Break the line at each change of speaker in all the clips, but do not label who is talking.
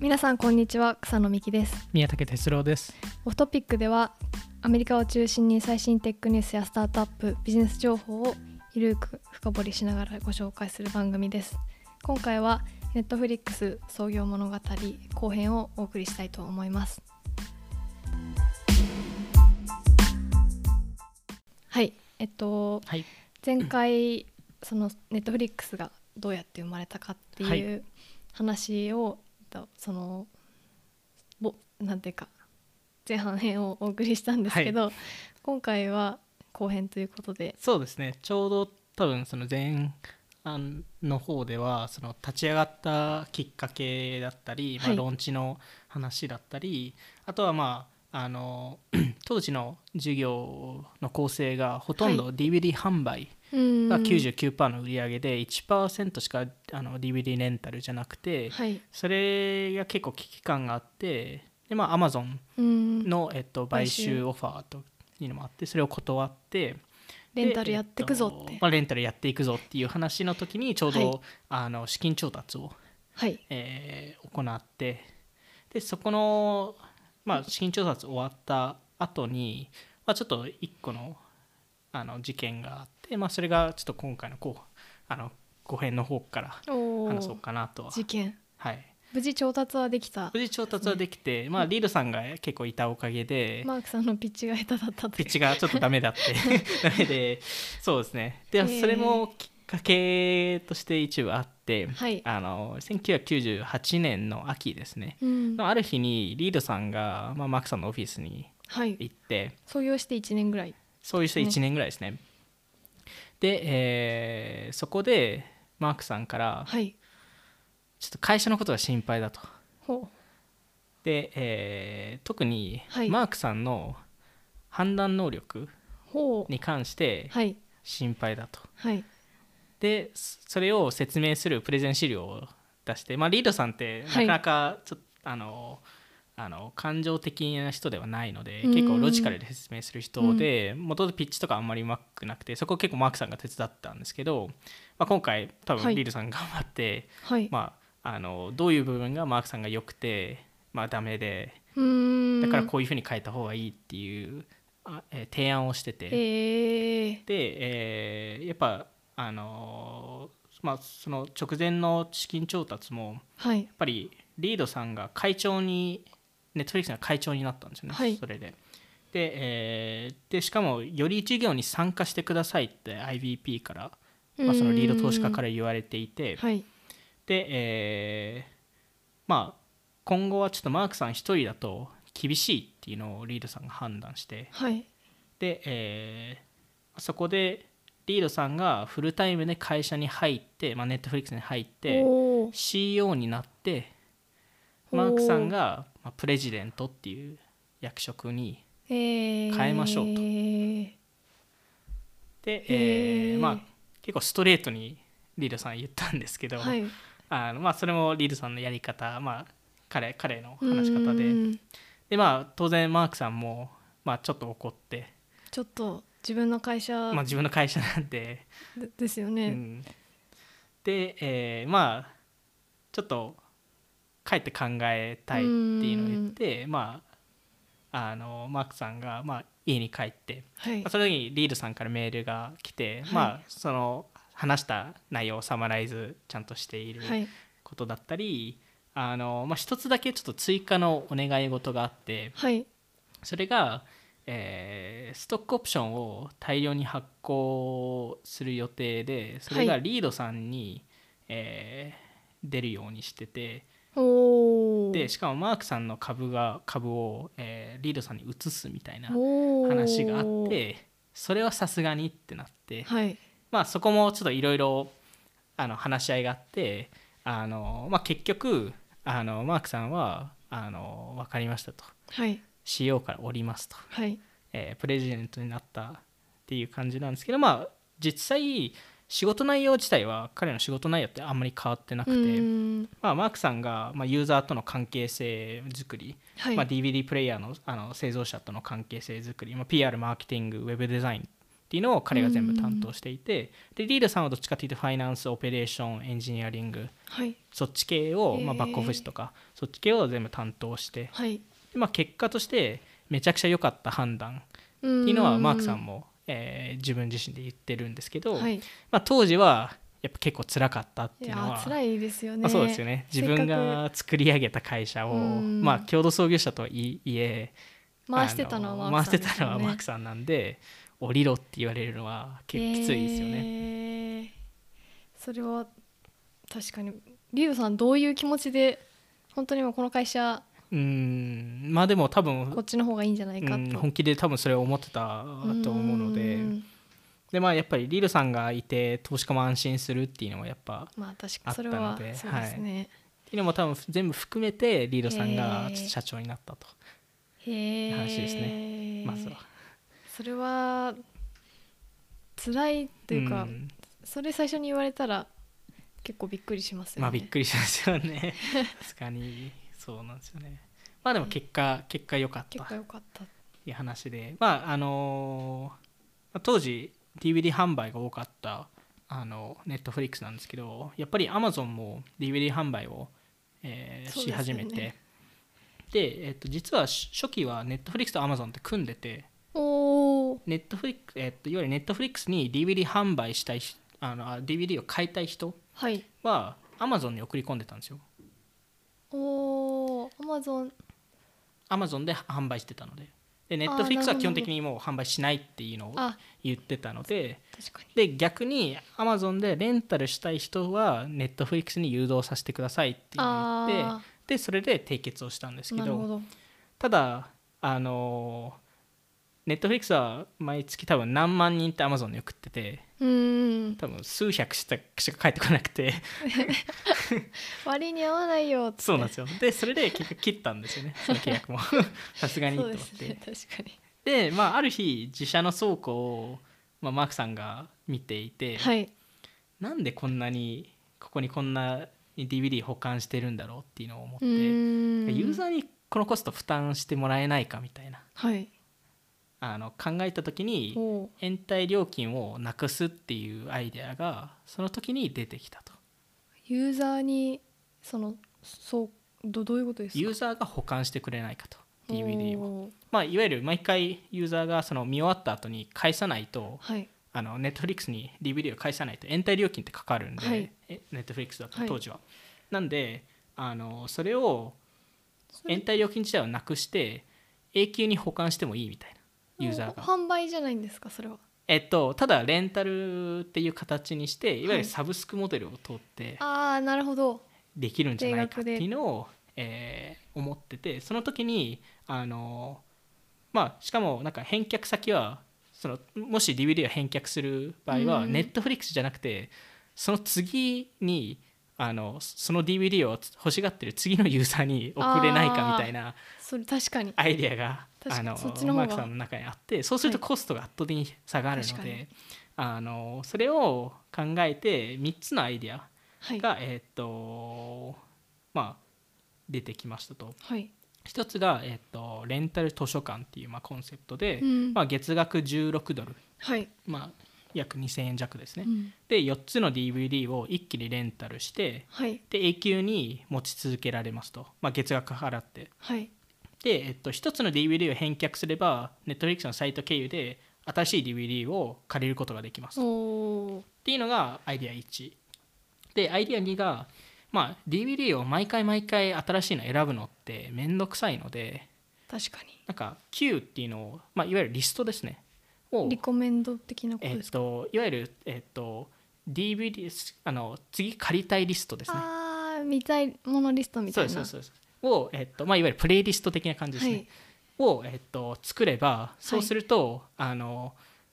皆さんこんにちは草野美希です
宮武哲郎です。
オフトピックではアメリカを中心に最新テックニュースやスタートアップビジネス情報をゆるく深掘りしながらご紹介する番組です今回はネットフリックス創業物語後編をお送りしたいと思いますはいえっと
はい。
前回そのネットフリックスがどうやって生まれたかって
はい
いう話を、えっとそのぼなんていうか前半編をお送りしたんですけど、今回は後編ということで
そうですね。ちょうど多分その前案の方ではその立ち上がったきっかけだったり、ま
は
あ
い
ローンチの話だったり、あとはまああの 当時の授業の構成がほとんど DVD 販売が
90
99%の売り上げで1%しかあの DVD レンタルじゃなくて、
はい
それが結構危機感があって、でまあ Amazon
うん
の、えっと、買
買
収
収
オファーというのもあってそれを断って
レンタルやってくぞっ
でえ
て、
とまあ、レンタルやっていくぞっていう話の時にちょうど、
はい
あの資金調達を、
はい
えー行ってでそこの、まあ、資金調達終わった後に、まあ、ちょっと一個のあの事件があって、まあ、それがちょっと今回のこうあの後編の方から
お
話そう
ー
かなとは、
事件
はい、
無事調達はできた
無事調達はできて、まあ、リードさんが結構いたおかげで、
マークさんのピッチが下手だったと
ピ
い
ッ
う
チがちょっとダメ だってダメでそうですね
へ
で
ー
それもきっかけとして一部あって、
はい
あの1998年の秋ですね
うん
のある日にリードさんが、まあ、マークさんのオフィスに
はい
行って
創業して1年ぐらい
そういう人
ね
1年ぐらいですねで、えーそこでマークさんから
はい
ちょっと会社のことが心配だと
ほ
で、えー特に
はい
マークさんの判断能力
うほう
に関して
はい
心配だと
はい
でそそれを説明するプレゼン資料を出して、まあ、リードさんってな
は
か
い
なかちょっと、あのあの感情的な人ではないので
うん
結構ロジカルで説明する人でもともとピッチとかあんまりうまくなくてそこ結構マークさんが手伝ったんですけど、まあ、今回多
は
分
い
リードさん頑張って、
はい、
まあ、あのどういう部分がマークさんが良くて、まあ、ダメで
うーん
だからこういうふうに変えた方がいいっていう、あえー提案をしてて。
へえ
で、えーやっぱあのーまあその直前の資金調達もや
はい
っぱりリードさんが会長にネットフリックスが会長になったんですよね、
はい
それで。で,、えーでしかもより事業に参加してくださいって IBP から、まあ、そのリード投資家から言われていて、
はい
で、えーまあ今後はちょっとマークさん一人だと厳しいっていうのをリードさんが判断して、
はい
で、えーそこでリードさんがフルタイムで会社に入って、まあ、ネットフリックスに入って
おー
CEO になって
おー
マークさんが、まあ、プレジデントっていう役職に
えー
変えましょうとで、え
へ
ー
ー
まあ、結構ストレートにリードさん言ったんですけど、
はい
あのまあ、それもリードさんのやり方、まあ、彼彼の話し方
う
で
ーん
で、まあ、当然マークさんも、まあ、ちょっと怒って、
ちょっと自分の会社
まあ、自分の会社なんで
でですよ
う
ね、
んで、えーまあちょっと帰って考えたいっていうのを言って、まああのマークさんが、まあ、家に帰って、
はい
まあその時にリードさんからメールが来て、
はい
まあその話した内容をサマライズちゃんとしている
はい
ことだったり、あのまあ、一つだけちょっと追加のお願い事があって
はい
それが、えーストックオプションを大量に発行する予定でそれが
はい
リードさんに、えー出るようにしてて
おー
でしかもマークさんの株が株を、えーリードさんに移すみたいな
おー
話があってそれはさすがにってなって、
はい
まあ、そこもちょっといろいろあの話し合いがあってあの、まあ、結局あのマークさんはあの分かりましたと
はい
CO から降りますと。
はい
えープレジデントになったっていう感じなんですけどまあ実際仕事内容自体は彼の仕事内容ってあんまり変わってなく
う
て、
ーん
まあ、マークさんが、まあ、ユーザーとの関係性づくり、
はい、
まあ、DVD プレイヤーのあの製造者との関係性づくり、まあ、PR マーケティングウェブデザインっていうのを彼が全部担当していて、でリールさんはどっちかというとファイナンスオペレーションエンジニアリング
はい
そっち系を、まあ、
へー
バックオフィスとかそっち系を全部担当して、
はい
でまあ、結果としてめちゃくちゃ良かった判断
って
って
い
いうのはマークさんも、えー自分自身で言ってるんですけど、
はい、い
まあ、当時はやっぱ結構辛かったっていう
や
のは
ー辛いですよね、
まあ、そうですよね
せっ
自
かく
分が作り上げた会社を、
うん
まあ、共同創業者とはいいえ
回してたのは
あ
マ
の
ークさん
回してたのはマークさんなんで降りろって言われるのは結構きついですよね。
ね、えーそれは確かにリュウさんどういう気持ちで本当にもうこの会社
うんまあでも多分
こっちの方がいいんじゃないかと、
うん本気で多分それを思ってたと思うので
ん
でまあやっぱりリールさんがいて投資家も安心するっていうのもやっぱっ
まあ確
あ
か
った
それ
ので
はそうですね、
ていうのも多分全部含めてリールさんが
へー
社長になったと
へえ
話ですねまずは。
それは辛いというか、
ん
それ最初に言われたら結構びっくりしますよね、
まあびっくりしますよ ね確かにそうなんですよねまあでも結果結果良かった
結
っ
構良かった
ていう話でまああのーまあ当時 DVD 販売が多かったあのネットフリックスなんですけどやっぱり Amazon も DVD 販売を、えー
そう
し
です
始
よ
め
ね
てで,、えっと実はし初期はネットフリックスと Amazon って組んでて
おお
ネットフリック、えっといわゆるネットフリックスに DVD 販売したいしあのあ DVD を買いたい人
はい
は Amazon に送り込んでたんですよ
おおアマゾン
アマゾンで販売してたのででネ
あー
ットフリックスは
なるほど
基本的にもう販売しないっていうのを
あ
言ってたので
確かに
で逆にアマゾンでレンタルしたい人はネットフリックスに誘導させてくださいっていうのを言って
あ
でそれで締結をしたんです
ー
け
なる
ど
ほど
ただあのネットフリックスは毎月多分何万人ってアマゾンに送ってて
うーん
多分数百しかしか返ってこな くて
割に合わないよって
そうなんですよでそれで結局切ったんで すよねその契約もさすがにと
そう
思っ
です
て、
ね確か
で、まあ、ある日自社の倉庫を、まあ、マークさんが見ていて、
にはい
なんでこんなにここにこんなに DVD 保管してるんだろうっていうのを思っ
う
てユ
ーん
ーザーにこのコスト負担してもらえないかみたいな
はい
あの考えた時に
おー
延滞料金をなくすっていうアイデアがその時に出てきたと
ユーザーにそのそうどどういうことですか
ユーザーが保管してくれないかと DVD を、
を
まあ、いわゆる毎回ユーザーがその見終わった後に返さないと
はい
あのネットフリックスに DVD を返さないと延滞料金ってかかるんで、
はい
えネットフリックスだと
はい
当時は、なんであのそれを延滞料金自体をなくして永久に保管してもいいみたいなユーザーが、
販売じゃないんですかそれは
えっと、ただレンタルっていう形にしていわゆ
は
る
い
サブスクモデルを通って
ああなるほど
できるんじゃないか
定額
っ
で
ていうのを、えー思っててその時にあのまあしかもなんか返却先はそのもし DVD を返却する場合は
うん
ネットフリックスじゃなくてその次にあのその DVD を欲しがってる次のユーザーに送れないかみたいな
それ確かに
アイデアが
確か
あ
に
の
そっちの方が
マークさんの中にあってそうすると
は
コストが圧倒的に差があるの
確かに
で、あのそれを考えて3つのアイデア
はい
が、えーっとまあ出てきましたと
はい
一つが、えーっとレンタル図書館っていう、まあ、コンセプトで、
うん
まあ、月額16ドル、
はい
まあ、約2000円弱ですね、
うん
で4つの DVD を一気にレンタルして
はい
で永久に持ち続けられますと、まあ、月額払って
はい
で、えっと、1つの DVD を返却すれば Netflix のサイト経由で新しい DVD を借りることができます
おお
っていうのがアイデア1でアイデア2が、まあ、DVD を毎回毎回新しいの選ぶのって面倒くさいので
確かに
なんか Q っていうのを、まあ、いわゆるリストですねを、
リコメンド的なこ
え
とで
っ
すか、
と、いわゆる、えっと、DVD あの次借りたいリストですね
ああ見たいものリストみ
そ
た
う
い
で
な
すそうですそうですを、えっとまあ、いわゆるプレイリスト的な感じですね、
はい
を、えっと、作ればそうすると、あの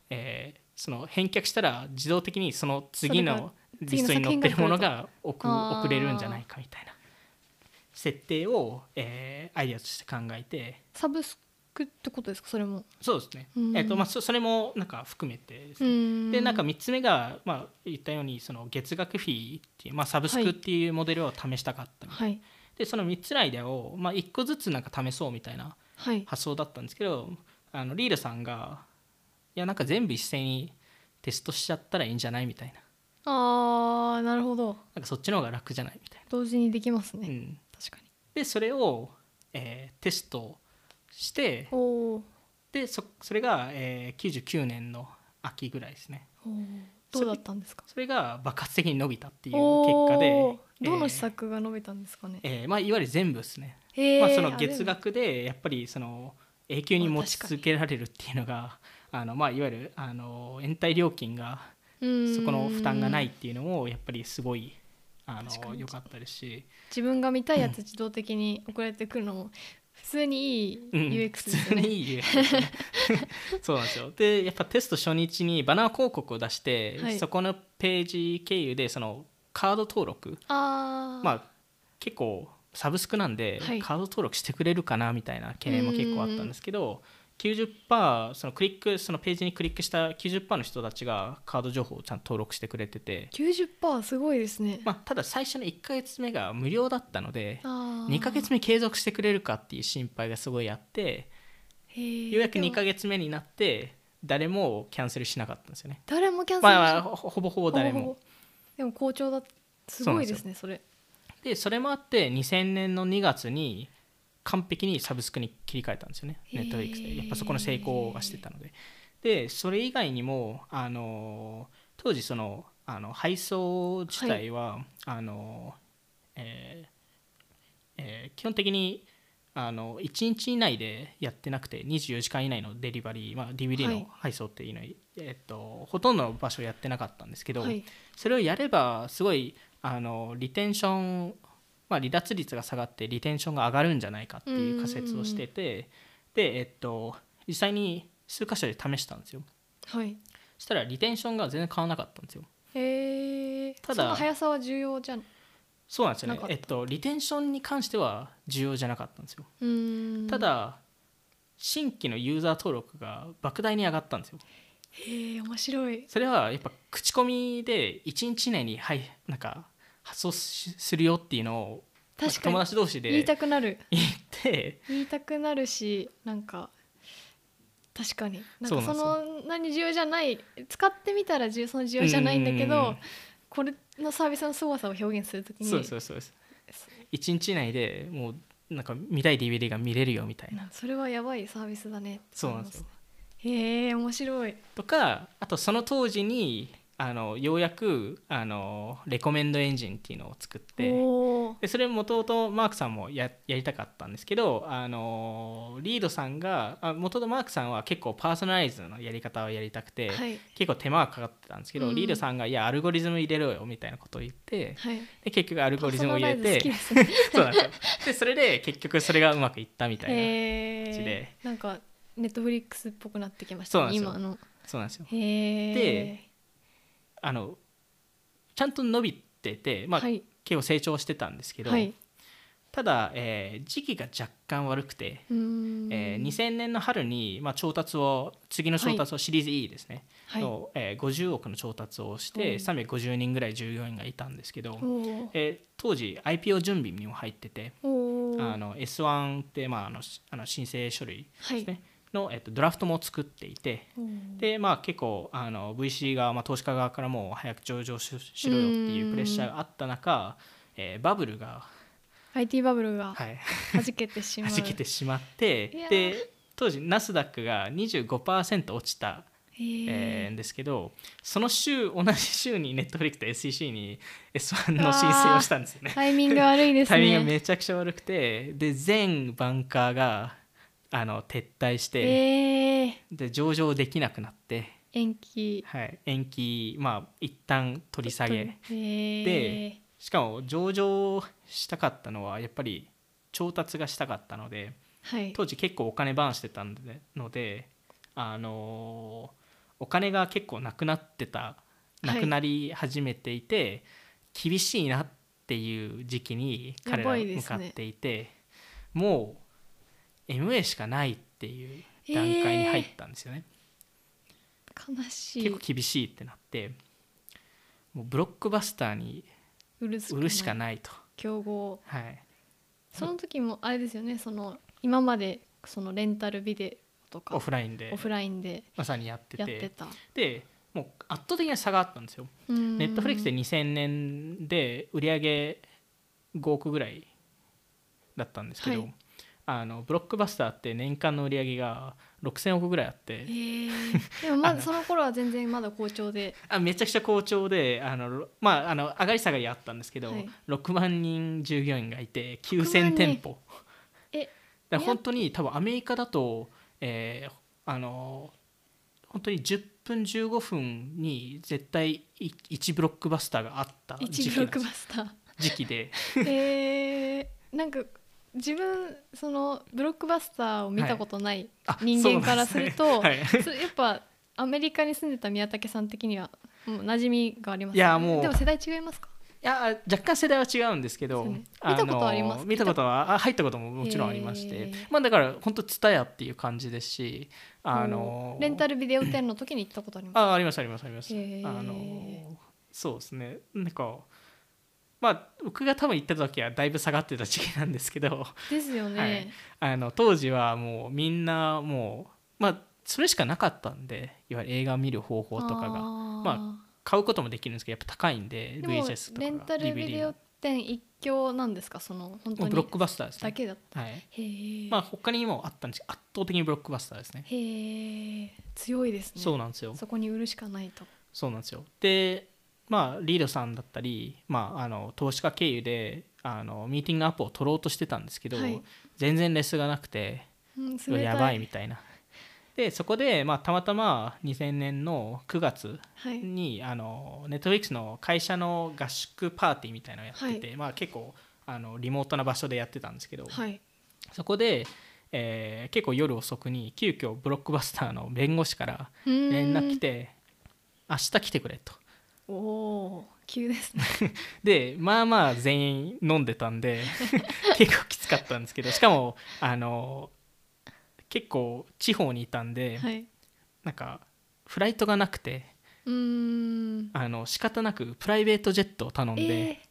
えーその返却したら自動的にその
それ
次
が
のリストに載ってるものが送
あー
送れるんじゃないかみたいな設定を、えーアイデアとして考えて
サブスクってことですかそれも
そうですね、
うん
えっとまあ、そそれもなんか含めてですねで
で
なんか3つ目が、まあ、言ったようにその月額フィーっていう、まあ、サブスクっていうモデルを試したかったみた
は
いな
い
でその3つのアイデアを、まあ、1個ずつなんか試そうみたいな
はい
発想だったんですけどあのリールさんがやなんか全部一斉にテストしちゃったらいいんじゃないみたいな
あーなるほど
なんかそっちの方が楽じゃないみたい
同時にできます
な、
ね、
うん、
確かに
でそれを、えーテストして
おお
でそそれが、えー99年の秋ぐらいですね
どうだったんですか
それが爆発的に伸びたっていう
お
結果で、
ーどの施
えー
策が述べたんですかね、
えーまあ、いわゆる全部ですね、
へー
まあ、その
あ
月
でも
額でやっぱりその永久に持ち続けられるっていうのがあの、まあ、いわゆるあの延滞料金が
うん
そこの負担がないっていうのもやっぱりすごいあ
確か
の
に
良かったですし、
自分が見たいやつ自動的に送られてくるのも普通にいい
うん
UX
普
です
通
よね、
にいい UX ですね そうなんですよでやっぱテスト初日にバナー広告を出して、
はい
そこのページ経由でそのカード登録
あー
まあ結構サブスクなんで、
はい
カード登録してくれるかなみたいな懸念も結構あったんですけど90%そのクリックそのページにクリックした90%の人たちがカード情報をちゃんと登録してくれてて、
90%すごいですね、
まあ、ただ最初の1ヶ月目が無料だったので
あー
2ヶ月目継続してくれるかっていう心配がすごいあって
へー
ようやく2ヶ
でも
月目になって誰もキャンセルしなかったんですよね。
誰もキャンセルし
まあ
な
ま
い
あ、ほほぼほぼ誰
ほぼ
も
ほぼでも好調だすごいですねそれ
でそれもあって2000年の2月に完璧にサブスクに切り替えたんですよね
へ
ネ
ー
ットフリックスでやっぱそこの成功がしてたのででそれ以外にもあの当時そのあの配送自体は、あのえーえー基本的にあの1日以内でやってなくて24時間以内のデリバリー、まあ、DVD
はい
の配送っていうのは、えっとほとんどの場所やってなかったんですけど、
はい
それをやればすごいあのリテンション、まあ、離脱率が下がってリテンションが上がるんじゃないかっていう仮説をしててで、えっと、実際に数箇所で試したんですよ
はい
そしたらリテンションが全然変わらなかったんですよ
へえ
ただ
その速さは重要じゃんう
そうなんですよ
な
ね
かっ、た
えっと、リテンションに関しては重要じゃなかったんですよ
ーん
ただ新規のユーザー登録が莫大に上がったんですよ
へえ面白い
それはやっぱ口コミで1日以内に、はい、なんか発送しするよっていうのをなん
確
か
か
友
に
達同士で
言いたくなる
言って
言いたくなるしなんか確かになん
そう
か
なんで
その
す
何需要じゃない使ってみたら需要その需要じゃないんだけ
うんうんう
ど
ん
これのサービスの凄さを表現するときに
そうですそうですそうです1日以内でもうなんか見たい DVD が見れるよみたいな
なそれはやばいサービスだね
そうなんですよ
へえ面白い
とかあとその当時にあのようやくあのレコメンドエンジンっていうのを作って
おお
でそれもともとマークさんもややりたかったんですけどあのリードさんがもともとマークさんは結構パーソナライズのやり方をやりたくて、
はい
結構手間がかかってたんですけど、
うん
リードさんがいやアルゴリズム入れろよみたいなことを言って
はい
で結局アルゴリズムを入れて
パーソナライズ好きですね
そうなんですよでそれで結局それがうまくいったみたいな、形
へえ
で
なんかネットフリックスっぽくなってきまし
そう
た
なん
ね
ですよ
今の
そうなんですよ
へえ
であのちゃんと伸びてて、まあ
はい
結構成長してたんですけど、
はい
ただ、えー時期が若干悪くて、
うーん
えー2000年の春に、まあ、調達を次の調達をシリーズ E ですね、
はいお
のえー50億の調達をして
お
350人ぐらい従業員がいたんですけど、
ー
えー当時 IPO 準備にも入ってて、
おー
あの S1 って、まあ、あのしあの申請書類
はい
ねの、えっとドラフトも作っていて
おー
で、まあ、結構あの VC 側、まあ、投資家側からもう早く上場ししろよっていうプレッシャーがあった中、えーバブルが、
IT バブルが
はい、
弾けてしまう
弾けてしまって
いやー
で当時ナスダックが25%落ちた、
へ
えー
え
んですけどその週同じ週にネットフリックと SEC に S1 の申請をしたんですよね。
タイミング悪いですね
タイミングがめちゃくちゃ悪くてで全バンカーがあの撤退して、
へえ
で上場できなくなって、
延期
はい、延期まあ一旦取り下げ
へえ
でしかも上場したかったのはやっぱり調達がしたかったので
はい
当時結構お金バーンしてたのでのであのーお金が結構なくなってた
い
なくなり始めていて、厳しいなっていう時期に彼ら
や
は
ばいで
向
す
か
ね
っていてもう MA しかないっていう段階に入ったんですよね、
悲しい
結構厳しいってなってもうブロックバスターに
売るし
売るしか
い
ないと、
競合
はい、
その時もあれですよねその今までそのレンタルビデオとか
オフラインで
オフラインで
まさにやってて
やってた
でもう圧倒的な差があったんですよネ
ネ
ットフリックスで2000年で売り上げ5億ぐらいだったんですけど、
はい
あのブロックバスターって年間の売り上げが6000億ぐらいあって、
えー、でも まだその頃は全然まだ好調で
あめちゃくちゃ好調であの、ろまあ、あの上がり下がりあったんですけど、
はい
6万人従業員がいて
6
9000
万
店舗
え
だから本当に多分アメリカだと、えーあの本当に10分15分に絶対1ブロックバスターがあった時
一
期
ブ
な
ロ
ん
ッ
で
ク
す
バスタ
時期で
ーえー、なんか自分そのブロックバスターを見たことない
あ
人間からする
そ
と、
うなんですね
そやっぱアメリカに住んでた宮武さん的にはもう馴染みがあります
いやもう
でも世代違いますか
はい、いや若干世代は違うんですけど
そうね
あの
見たことあります
見たことはあ入ったことももちろんありまし
へ
て
ー
まあだから本当ツタヤっていう感じですしあの
もうレンタルビデオ店の時に行ったことあります
あありますありますあります。
へー
あのそうですねなんかまあ僕が多分行った時はだいぶ下がってた時期なんですけど
ですよね、
はいあの当時はもうみんなもうまあそれしかなかったんでいわゆる映画見る方法とかがま買うこともできるんですけどやっぱ高いんで
あーでも
VHS とか
レ
が
ンタルビ
DVD
デ
が
オ店一強なんですかその本当
もう
に
ブロックバスターです
だ
ね。
けだった
はい
へえ、
まあ、他にもあったんですけど圧倒的にブロックバスターですね。
へえ強いですね
そうなんですよ。
そこに売るしかないと
そうなんですよでまあリードさんだったり、まあ、あの投資家経由であのミーティングアップを取ろうとしてたんですけど、
はい
全然レスがなくて
うん冷た
やばいみたいな。でそこで、まあ、たまたま2000年の9月
はい
にあのネットフリックスの会社の合宿パーティーみたいなのをやってて、まあ、結構あのリモートな場所でやってたんですけど、
はい
そこで、えー結構夜遅くに急遽ブロックバスターの弁護士から連
連
絡来て「明日来てくれ」と。
おおー急ですね
でまあまあ全員飲んでた んで結構きつかったんですけどしかもあの結構地方にいたんで、
はい
なんかフライトがなくて
うーん
あの仕方なくプライベートジェットを頼ん
え
で、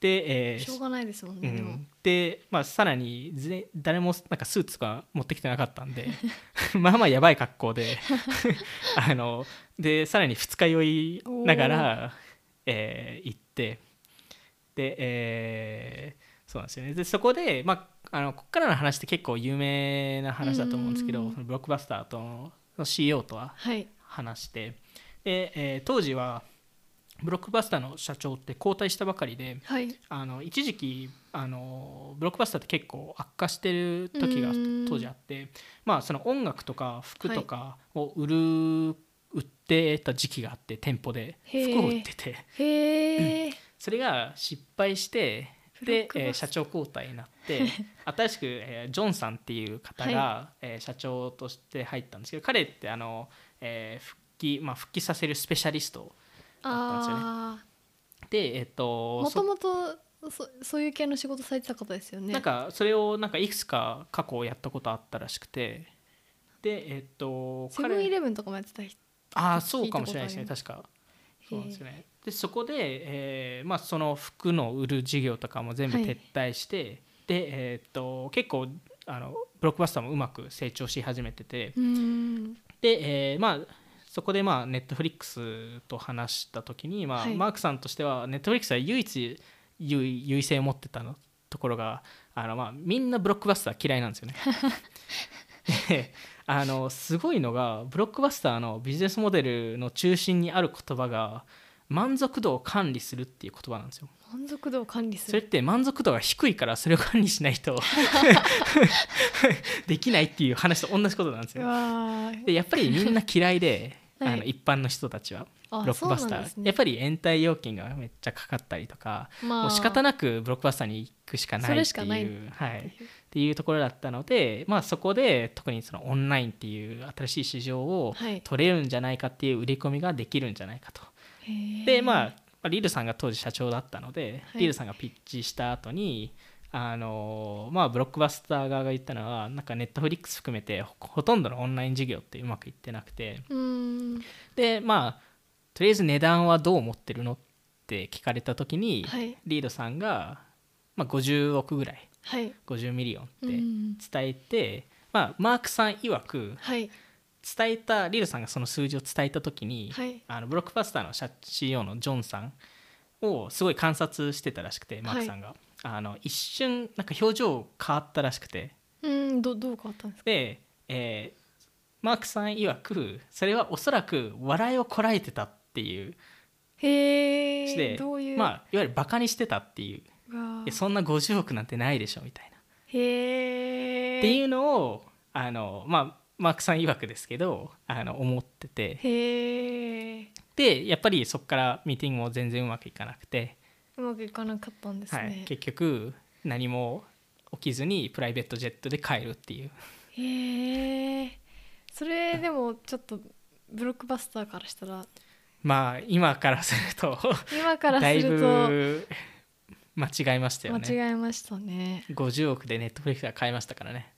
で、え
ー
ー
しょうがないですもん
う
ね、でも
ん、で、まあ、さらにぜ誰もなんかスーツとか持ってきてなかったんで まあまあやばい格好で あのでさらに二日酔いながら、えー行ってで、えーそうなんですよねでそこで、まあ、あのここからの話って結構有名な話だと思うんですけ
うんうんう
ど
ん
そのブロックバスターとのの CEO とは
はい
話してで、えー当時はブロックバスターの社長って交代したばかりで。
はい
あの一時期あのブロックバスターって結構悪化してる時が
うーん
当時あって、まあ、その音楽とか服とかを売る、売ってた時期があって店舗で
へー
服を売ってて
へえ
それが失敗して
ブロッ
で
ク、バス
えー社長交代になって 新しく、えージョンさんっていう方が、えー社長として入ったんですけど彼ってあの、えー復帰、まあ、復帰させるスペシャリスト
あ
でえっ、
あ
と
も
そ
ともとそそういう系の仕事されてた方ですよね
なんかそれをなんかいくつか過去やったことあったらしくてでえっと
セブンイレブンとかもやってた人
ああそうかもしれないです
聞
ね
いた
確かそうなんですよねでそこで、えーまあ、その服の売る事業とかも全部
はい
撤退して、でえっと結構あのブロックバスターもうまく成長し始めてて、
うーん
で、えーまあそこでまあネットフリックスと話した時に、まあ
はい
マークさんとしてはネットフリックスは唯一優位優位性を持ってたのところがあの、まあ、みんなブロックバスター嫌いなんですよ ね。であのすごいのがブロックバスターのビジネスモデルの中心にある言葉が満足度を管理するっていう言葉なんですよ。
満足度を管理す
それっ
る
て満足度が低いからそれを管理しないと できないっていう話と同じことなんです
う
よ。
わー
でやっぱりみんな嫌いで
はい
あの一般の人たちは
あ
ブロックバス
そう
タ
なん
ー、
ですね
やっぱり延滞料金がめっちゃかかったりとか、
ま
もう仕方
な
なくブロックバスターに行くしかない
そ
っ
れしてかない
いうはい、っていうところだったので、まあ、そこで特にそのオンラインっていう新しい市場を
はい
取れるんじゃないかっていう売り込みができるんじゃないかと。
い
でまあまあリールさんが当時社長だったので、
はい
リールさんがピッチした後にあのまあブロックバスター側が言ったのはなんかネットフリックス含めてほほとんどのオンライン事業ってうまくいってなくて
うーん
でまあとりあえず値段はどう思ってるのって聞かれた時に、
はい
リードさんが、まあ、50億ぐらい
はい
50ミリオンって
うん
伝えて、まあ、マークさん曰く
はい
伝えたリルさんがその数字を伝えた時に、
はい
あのブロックバスターの社 CEO のジョンさんをすごい観察してたらしくてマークさんが、あの一瞬なんか表情変わったらしくて
うんどどう変わったんですか
で、えーマークさん曰くそれはおそらく笑いをこらえてたっていうし
へ
て
えどういう、
まあ、いわゆるバカにしてたっていう
うわ
い
ー
やそんな50億なんてないでしょみたいな。
へえ
っていううのをあの、まあ、マークさん曰くですけどあの思ってて
へえ
でやっぱりそこからミーティングも全然うまくいかなくて、
うまくいかなかったんですね、
はい、結局何も起きずにプライベートジェットで帰るっていう
へえそれでもちょっとブロックバスターからしたら
まあ今からすると
今から
だ
する
い
と
ぶ間違いましたよね
間違えましたね
50億でネットフリックスが買いましたからね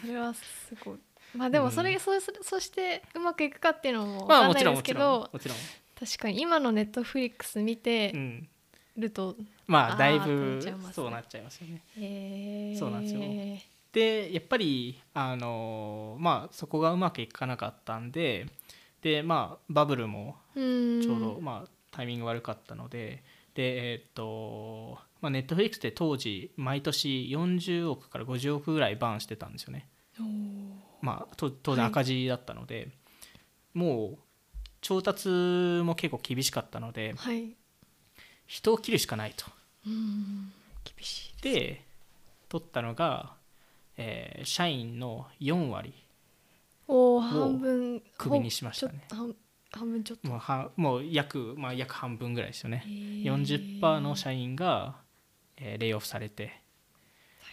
それはすごいまあでもそれ、
うん
そうそそしてうまくいくかっていうのも
まあ
わかん
も
な
ち
い
ろん
で
も
すけ
ち
ど、
ろんもちろん、
確かに今のネットフリックス見
う
て
ん、
ると、
ま
あー
あだい
ってな
ぶ
っちゃいますね
そうなっちゃいますよね
へえ
そうなんですよでやっぱりあのまあそこがうまくいかなかったんででまあバブルも
うん
ちょうど、まあタイミング悪かったのででえーっとまあネットフリックスで当時毎年40億から50億ぐらいバーンしてたんですよね、
おー
まあ、と当然赤字だったので、もう調達も結構厳しかったので
はい
人を切るしかないと
うん厳しい
で取ったのが、えー社員の4割
おお半分
クビにしましたね
ほちょ半半分ちょっと
もうはもう約、まあ、約半分ぐらいですよね
40%
40%の社員が、えーレイオフされて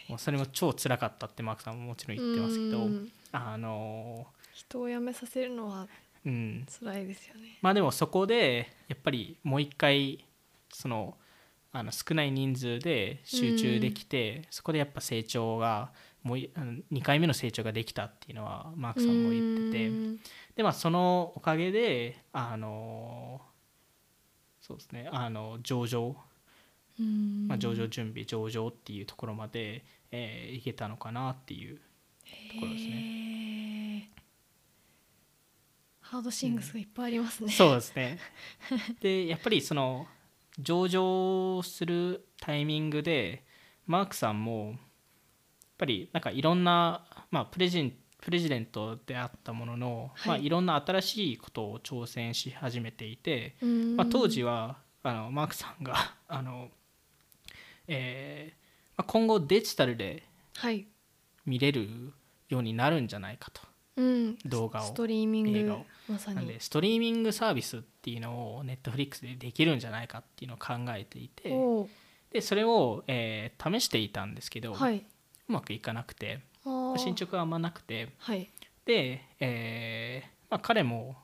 もうそれも超辛かったってマークさんももちろん言ってますけどあの
人を辞めさせるのは
ーうん
辛いですよね
まあでもそこでやっぱりもう一回そのあの少ない人数で集中できてそこでやっぱ成長がもう2回目の成長ができたっていうのはマークさんも言ってて。
うん
でまあそのおかげであのそうですねあの上場、
うん
まあ、上場準備上場っていうところまで、えーいけたのかなっていうころです
へーハードシングスがいっぱいありますね、
そうですね でやっぱりその上場するタイミングでマークさんもやっぱりなんかいろんな、まあ、プレジンプレジデントであったものの、
はい
まあ、いろんな新しいことを挑戦し始めていて、
うん
まあ、当時はあのマークさんが あの、えーまあ、今後デジタルで
はい、
見れるようになるんじゃないかと
うん、
動画を
ストリーミン
映
グ
画を
まさ
なん
に
でストリーミングサービスっていうのをネットフリックスでできるんじゃないかっていうのを考えていて
おー
でそれを、えー試していたんですけど、
はい、
うまくいかなくて
あー
進捗があんまなくて
はい
で、えーまあ、彼も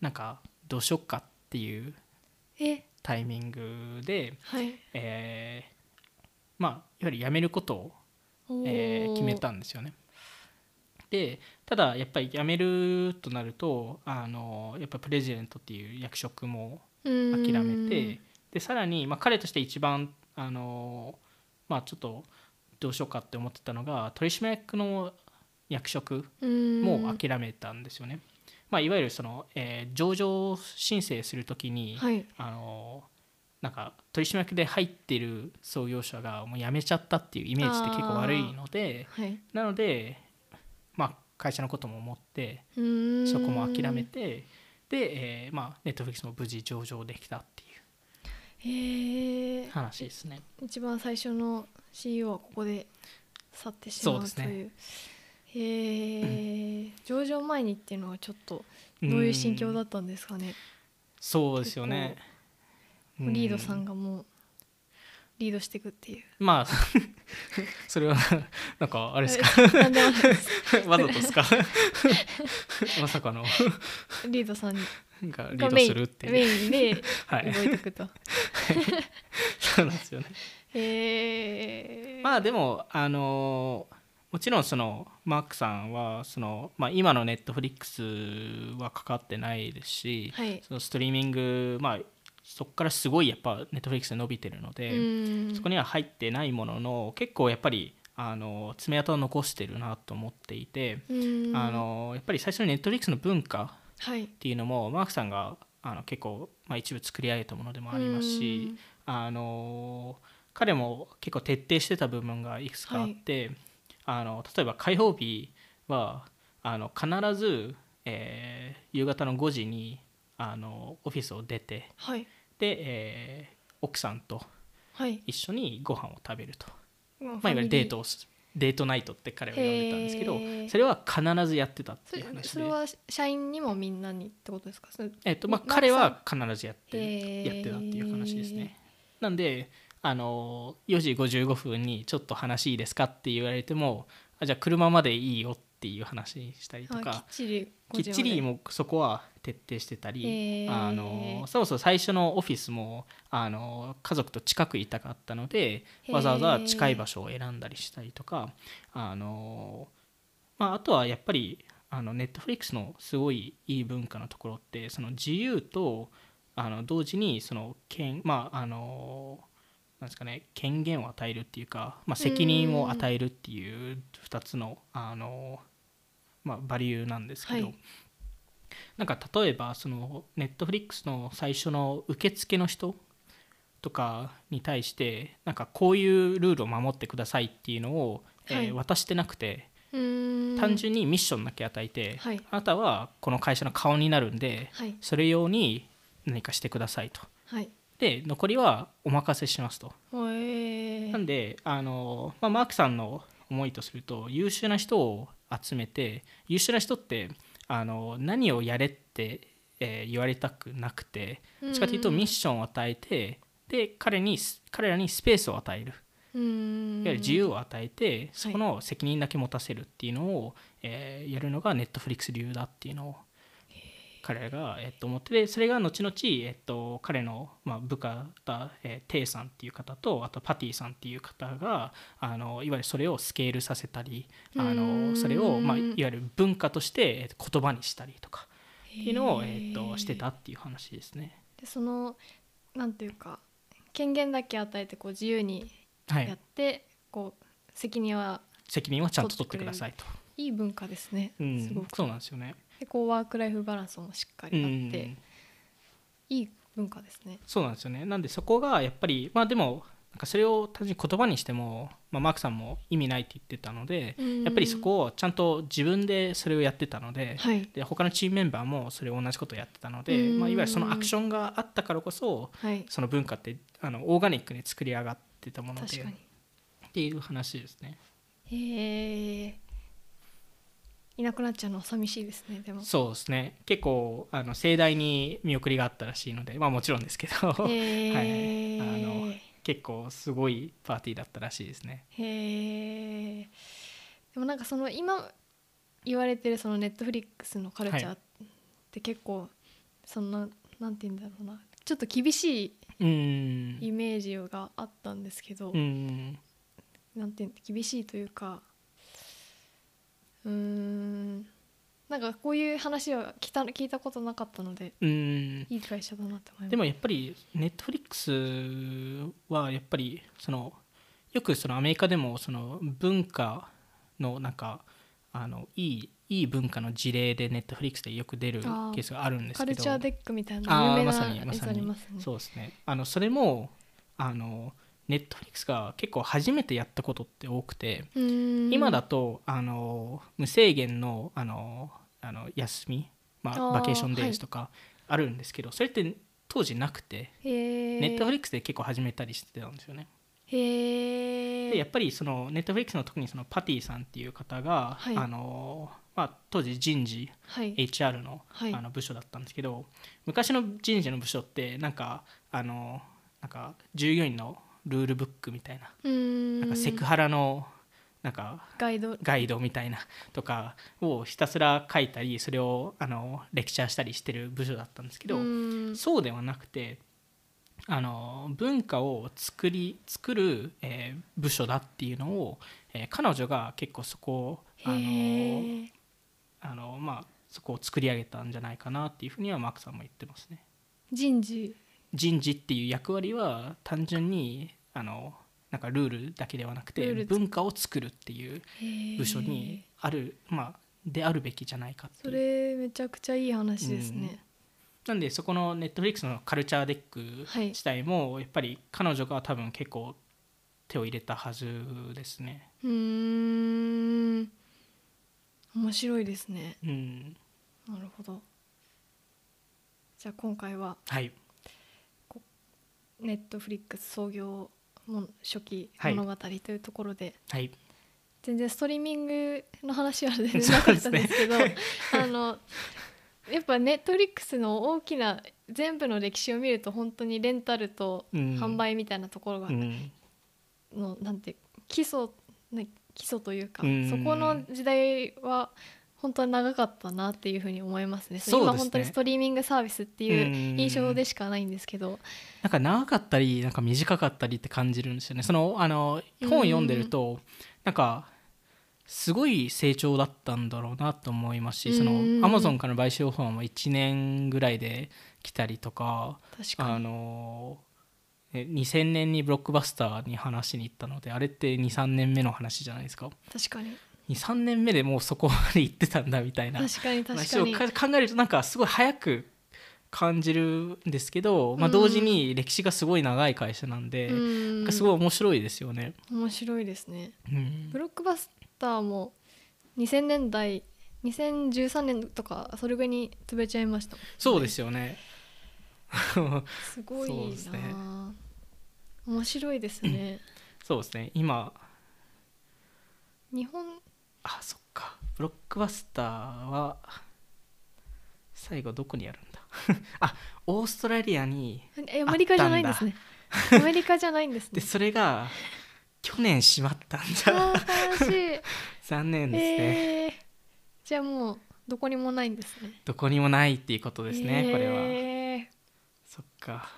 なんかどうしよっかっていう
え
タイミングで
はい
えーまあ、いわゆる辞めることを、えー
おー
決めたんですよね。でただやっぱり辞めるとなるとあのやっぱプレジデントっていう役職も
諦
諦めてでさらに、まあ、彼として一番あの、まあ、ちょっとどうしようかって思ってたのが取締役の役職もう諦めたんですよね。まあ、いわゆるその、えー上場申請するときに、
はい
あのなんか取締役で入ってる創業者がもう辞めちゃったっていうイメージって結構悪いので
はい
なので、まあ、会社のことも思って
うーん
そこも諦めてで、えーまあ、ネットフリックスも無事上場できたってい
へえ
う話ですね。
一番最初の CEO はここで去ってしまう
そうです
と
ね
いうへえ上場前にっていうのはちょっとどういう心境だ
ん
ったんですかね
そうですよね。うん
リードさんがもうリードしていくっていう
まあ それはなんかあれです か
なんでもないです
わざとですか まさかの
リードさん
がリ
が
ード
メイ
するって
ン
いう。
メインで
はい
動いていくと
そうなんですよね。
へえ
まあでもあのーもちろんそのマークさんはその、まあ、今のネットフリックスはかかってないですし、
はい
そのストリーミング、まあ、そこからすごいやっぱネットフリックス伸びてるの
う
で、
ーん
そこには入ってないものの結構やっぱりあの爪痕を残してるなと思っていて、
うん
あのやっぱり最初にネットフリックスの文化
はい
っていうのもマークさんがあの結構、まあ、一部作り上げたものでもあります
う
し
ん
あの彼も結構徹底してた部分がいくつかあって、あの例えば火曜日はあの必ず、えー夕方の5時にあのオフィスを出て
はい
で、えー奥さんと
はい
一緒にご飯を食べると、
まあ
まあ、いわゆる
ファミ
デー
リ
トをすデートナイトって彼は呼んでたんですけ
へ
ど
ー
それは必ずやってたっていう
それ
話
そ
で
れ。は社員にもみんなにってことですかそれ
えっとまあ、
マークさん
彼は必ずやって
へ
る
ー
やってたっていう話ですね。なんであの4時55分にちょっと話いいですかって言われてもあじゃあ車までいいよっていう話にしたりと
あ
か
きっちり
きっちり
も
もうそこは徹底してた
へ
り
ー
あのそもそも最初のオフィスもあの家族と近くいたかったので
へー
わざわざ近い場所を選んだりしたりとかあの、まあ、あとはやっぱりあのネットフリックスのすごいいい文化のところってその自由とあの同時にその権まああのなんですかね権限を与えるっていうか、まあ、責任を与えるっていう2つのあの、まあ、バリューなんですけど、
はい
なんか例えばそのネットフリックスの最初の受付の人とかに対してなんかこういうルールを守ってくださいっていうのを、えー
はい
渡してなくて単
単
純にミッションだけ与えて、
はい
あなたはこの会社の顔になるんで
はい
それ用に何かしてくださいと。
はい
で残りはお任せしますと。
ほえー
なんであの、まあ、マークさんの思いとすると優秀な人を集めて優秀な人ってあの何をやれって、えー言われたくなくてどっちかというと
うん
ミッションを与えてで彼にス彼らにスペースを与える
うーん
いわゆる自由を与えてそこの責任だけ持たせるっていうのを、えーやるのがネットフリックス流だっていうのを彼らが、えっと思ってでそれが後々、えっと彼の、まあ、部下だ、えーテイさんっていう方とあとパティさんっていう方があのいわゆるそれをスケールさせたりあ
うー
の
ん
それを、まあ、いわゆる文化として、えー言葉にしたりとかっていうのを、
へ
え
ー
っとしてたっていう話ですね。
でそのなんていうか権限だけ与えてこう自由に
は
やっ
い、
て、こう責任は
責任はちゃんと取ってくださいと。
いい文化ですね、
う
すご
ん
く、
そうなんですよね。
でこうワーク・ライフ・バランスもしっか
う
りあっ
ん
て、いい文化ですね
そうなんですよねなんでそこがやっぱりまあでもなんかそれを単純に言葉にしても、まあ、マークさんも意味ないって言ってたので
うん
やっぱりそこをちゃんと自分でそれをやってたので,、
はい
で他のチームメンバーもそれを同じことをやってたので、
うん
まあ、いわゆるそのアクションがあったからこそ
はい
その文化ってあのオーガニックに作り上がってたもの
確
で
か
っていう話ですね
にへえいなくなっちゃうのは寂しいですねでも
そうですね結構あの盛大に見送りがあったらしいのでまあもちろんですけど、
へ
はい、あ
え、
の 結構すごいパーティーだったらしいですね
へえでもなんかその今言われてるそのネットフリックスのカルチャー
は
って結構そんななんて言うんだろうなちょっと厳し
うん
いイメージがあったんですけど、
うん
なんて言うん厳しいというかうーんなんかこういう話は聞いた聞いたことなかったので
うん
いい会社だなって思います
でもやっぱりネットフリックスはやっぱりそのよくそのアメリカでもその文化のなんかあのいいいい文化の事例でネットフリックスでよく出るケ
あー
ースがあるんですけ
カ
ど
ルチャーデックみたい
あ
な有
ー
名な
まさにま
やつ
さ
あり
に
ますね。
そうですねあのそれもあのネットフリックスが結構初めてやったことって多くて
うーん
今だとあの無制限のあのあの休み、まあ、
あー
バケーションデイズとかあるんですけど、それって当時なくて。
へえ
ネットフリックスで結構始めたりしてたんですよね。
へ
でやっ
え。
ぱりそのネットフリックスの特にそのパティさんっていう方が、
はい
あのまあ、当時人事
はい。
HR の,、
はい
あの部署だったんですけど昔の人事の部署ってなんかあのなんか従業員のルールブックみたいな
うーん。
なんかセクハラのなんか
ガイド。
ガイドみたいなとかをひたすら書いたりそれをあのレクチャーしたりしてる部署だったんですけど、
うーん
そうではなくてあの文化を作り作る、えー部署だっていうのを、えー彼女が結構そこをあの
へえ。
あの、まあ、そこを作り上げたんじゃないかなっていうふうにはマークさんも言ってますね。
人事。
人事っていう役割は単純にあのなんかルールだけではなく
ルー
て
ル作
文化を作るっていう部署にある、まあであるべきじゃないかって
そ
いう
れめちゃくちゃいい話ですね、
なんでそこのネットフリックスのカルチャーデック
はい
自体もやっぱり彼女が多分結構手を入れたはずですね。
うーん面白いですね
うん、
なるほどじゃあ今回は
はい、
ネットフリックス創業もん初期
はい
物語というところで、
はい、
全然ストリーミングの話は全然なかったんですけ どあのやっぱネットフリックスの大きな全部の歴史を見ると本当にレンタルと
うん
販売みたいなところが、
うん
のなんて基礎、ね、基礎というか、
うん
そこの時代は本当は長かったなっていうふうに思いますね
そうですね
今本当にストリーミングサービスっていう印象でしかないんですけど、
なんか長かったりなんか短かったりって感じるんですよねそのあの本を読んでると、なんかすごい成長だったんだろうなと思いますしその
うん
アマゾンからの買収オファーも1年ぐらいで来たりとか
確か
あ
に
のえ2000年にブロックバスターに話しに行ったのであれって23年目の話じゃないですか
確かに
23年目でもうそこまで行ってたんだみたいな
確かに確
話
か
を
に。
か考えるとなんかすごい早く感じるんですけど、ま
う
あ、
ん
同時に歴史がすごい長い会社なんで、なんかすごい
い
面白いですよね。
面白いですね。
うん
ブロックバスターも2000年代2013年とかそれぐらいに潰れちゃいましたもんね
そうですよね。
すごいな
そう
あ、
ですね
面白いです ね
そうですね今
日本
あそっかブロックバスターは最後どこにやるんだ あオーストラリアに
えアメリカじゃないんですねアメリカじゃないんです
で
ね
それが去年閉まったん
あ
だ
ー悲しい
残念ですね、
えーじゃあもうどこにもないんですね
どこにもないっていうことですね、これは
れ
そっか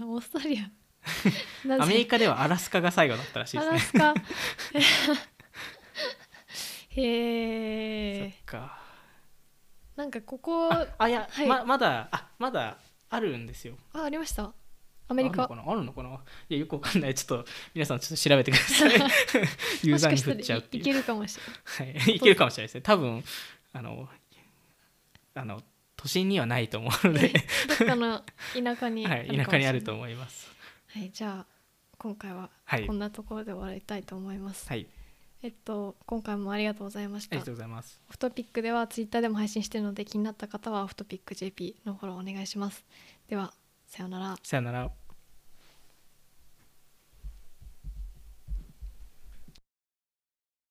はオーストラリ アなぜ
アメリカではアラスカが最後だったらしいで
ア
す
ラ
ね。
スカ へ
そ
え
っか。
なんかここ
あ
あ、
あいや、
はい
ままだあまだあるんですよ。
ありましたアメリ
あ
カ
るのかなあるのかないやよくわかんない。ちょっと皆さんちょっと調べてくだ さい。ユーザーに振っちゃうってい。
もしかしたらいうけるかもしれない
はい、いけるかもしれないですね。多分あのあの都心にはないと思うの で、
どっかの田舎に、
はい、田舎にあると
思
思います。
う。はい、じゃあ今回は
はい
こんなところで終わりたいと思います。
はい、
えっと今回もありがとうございまし
あ
た
りが。とうございます。
オフトピックではツイッターでも配信しているので気になった方はオフトピック JP のフォローお願いします。ではさようなら。
さよなら。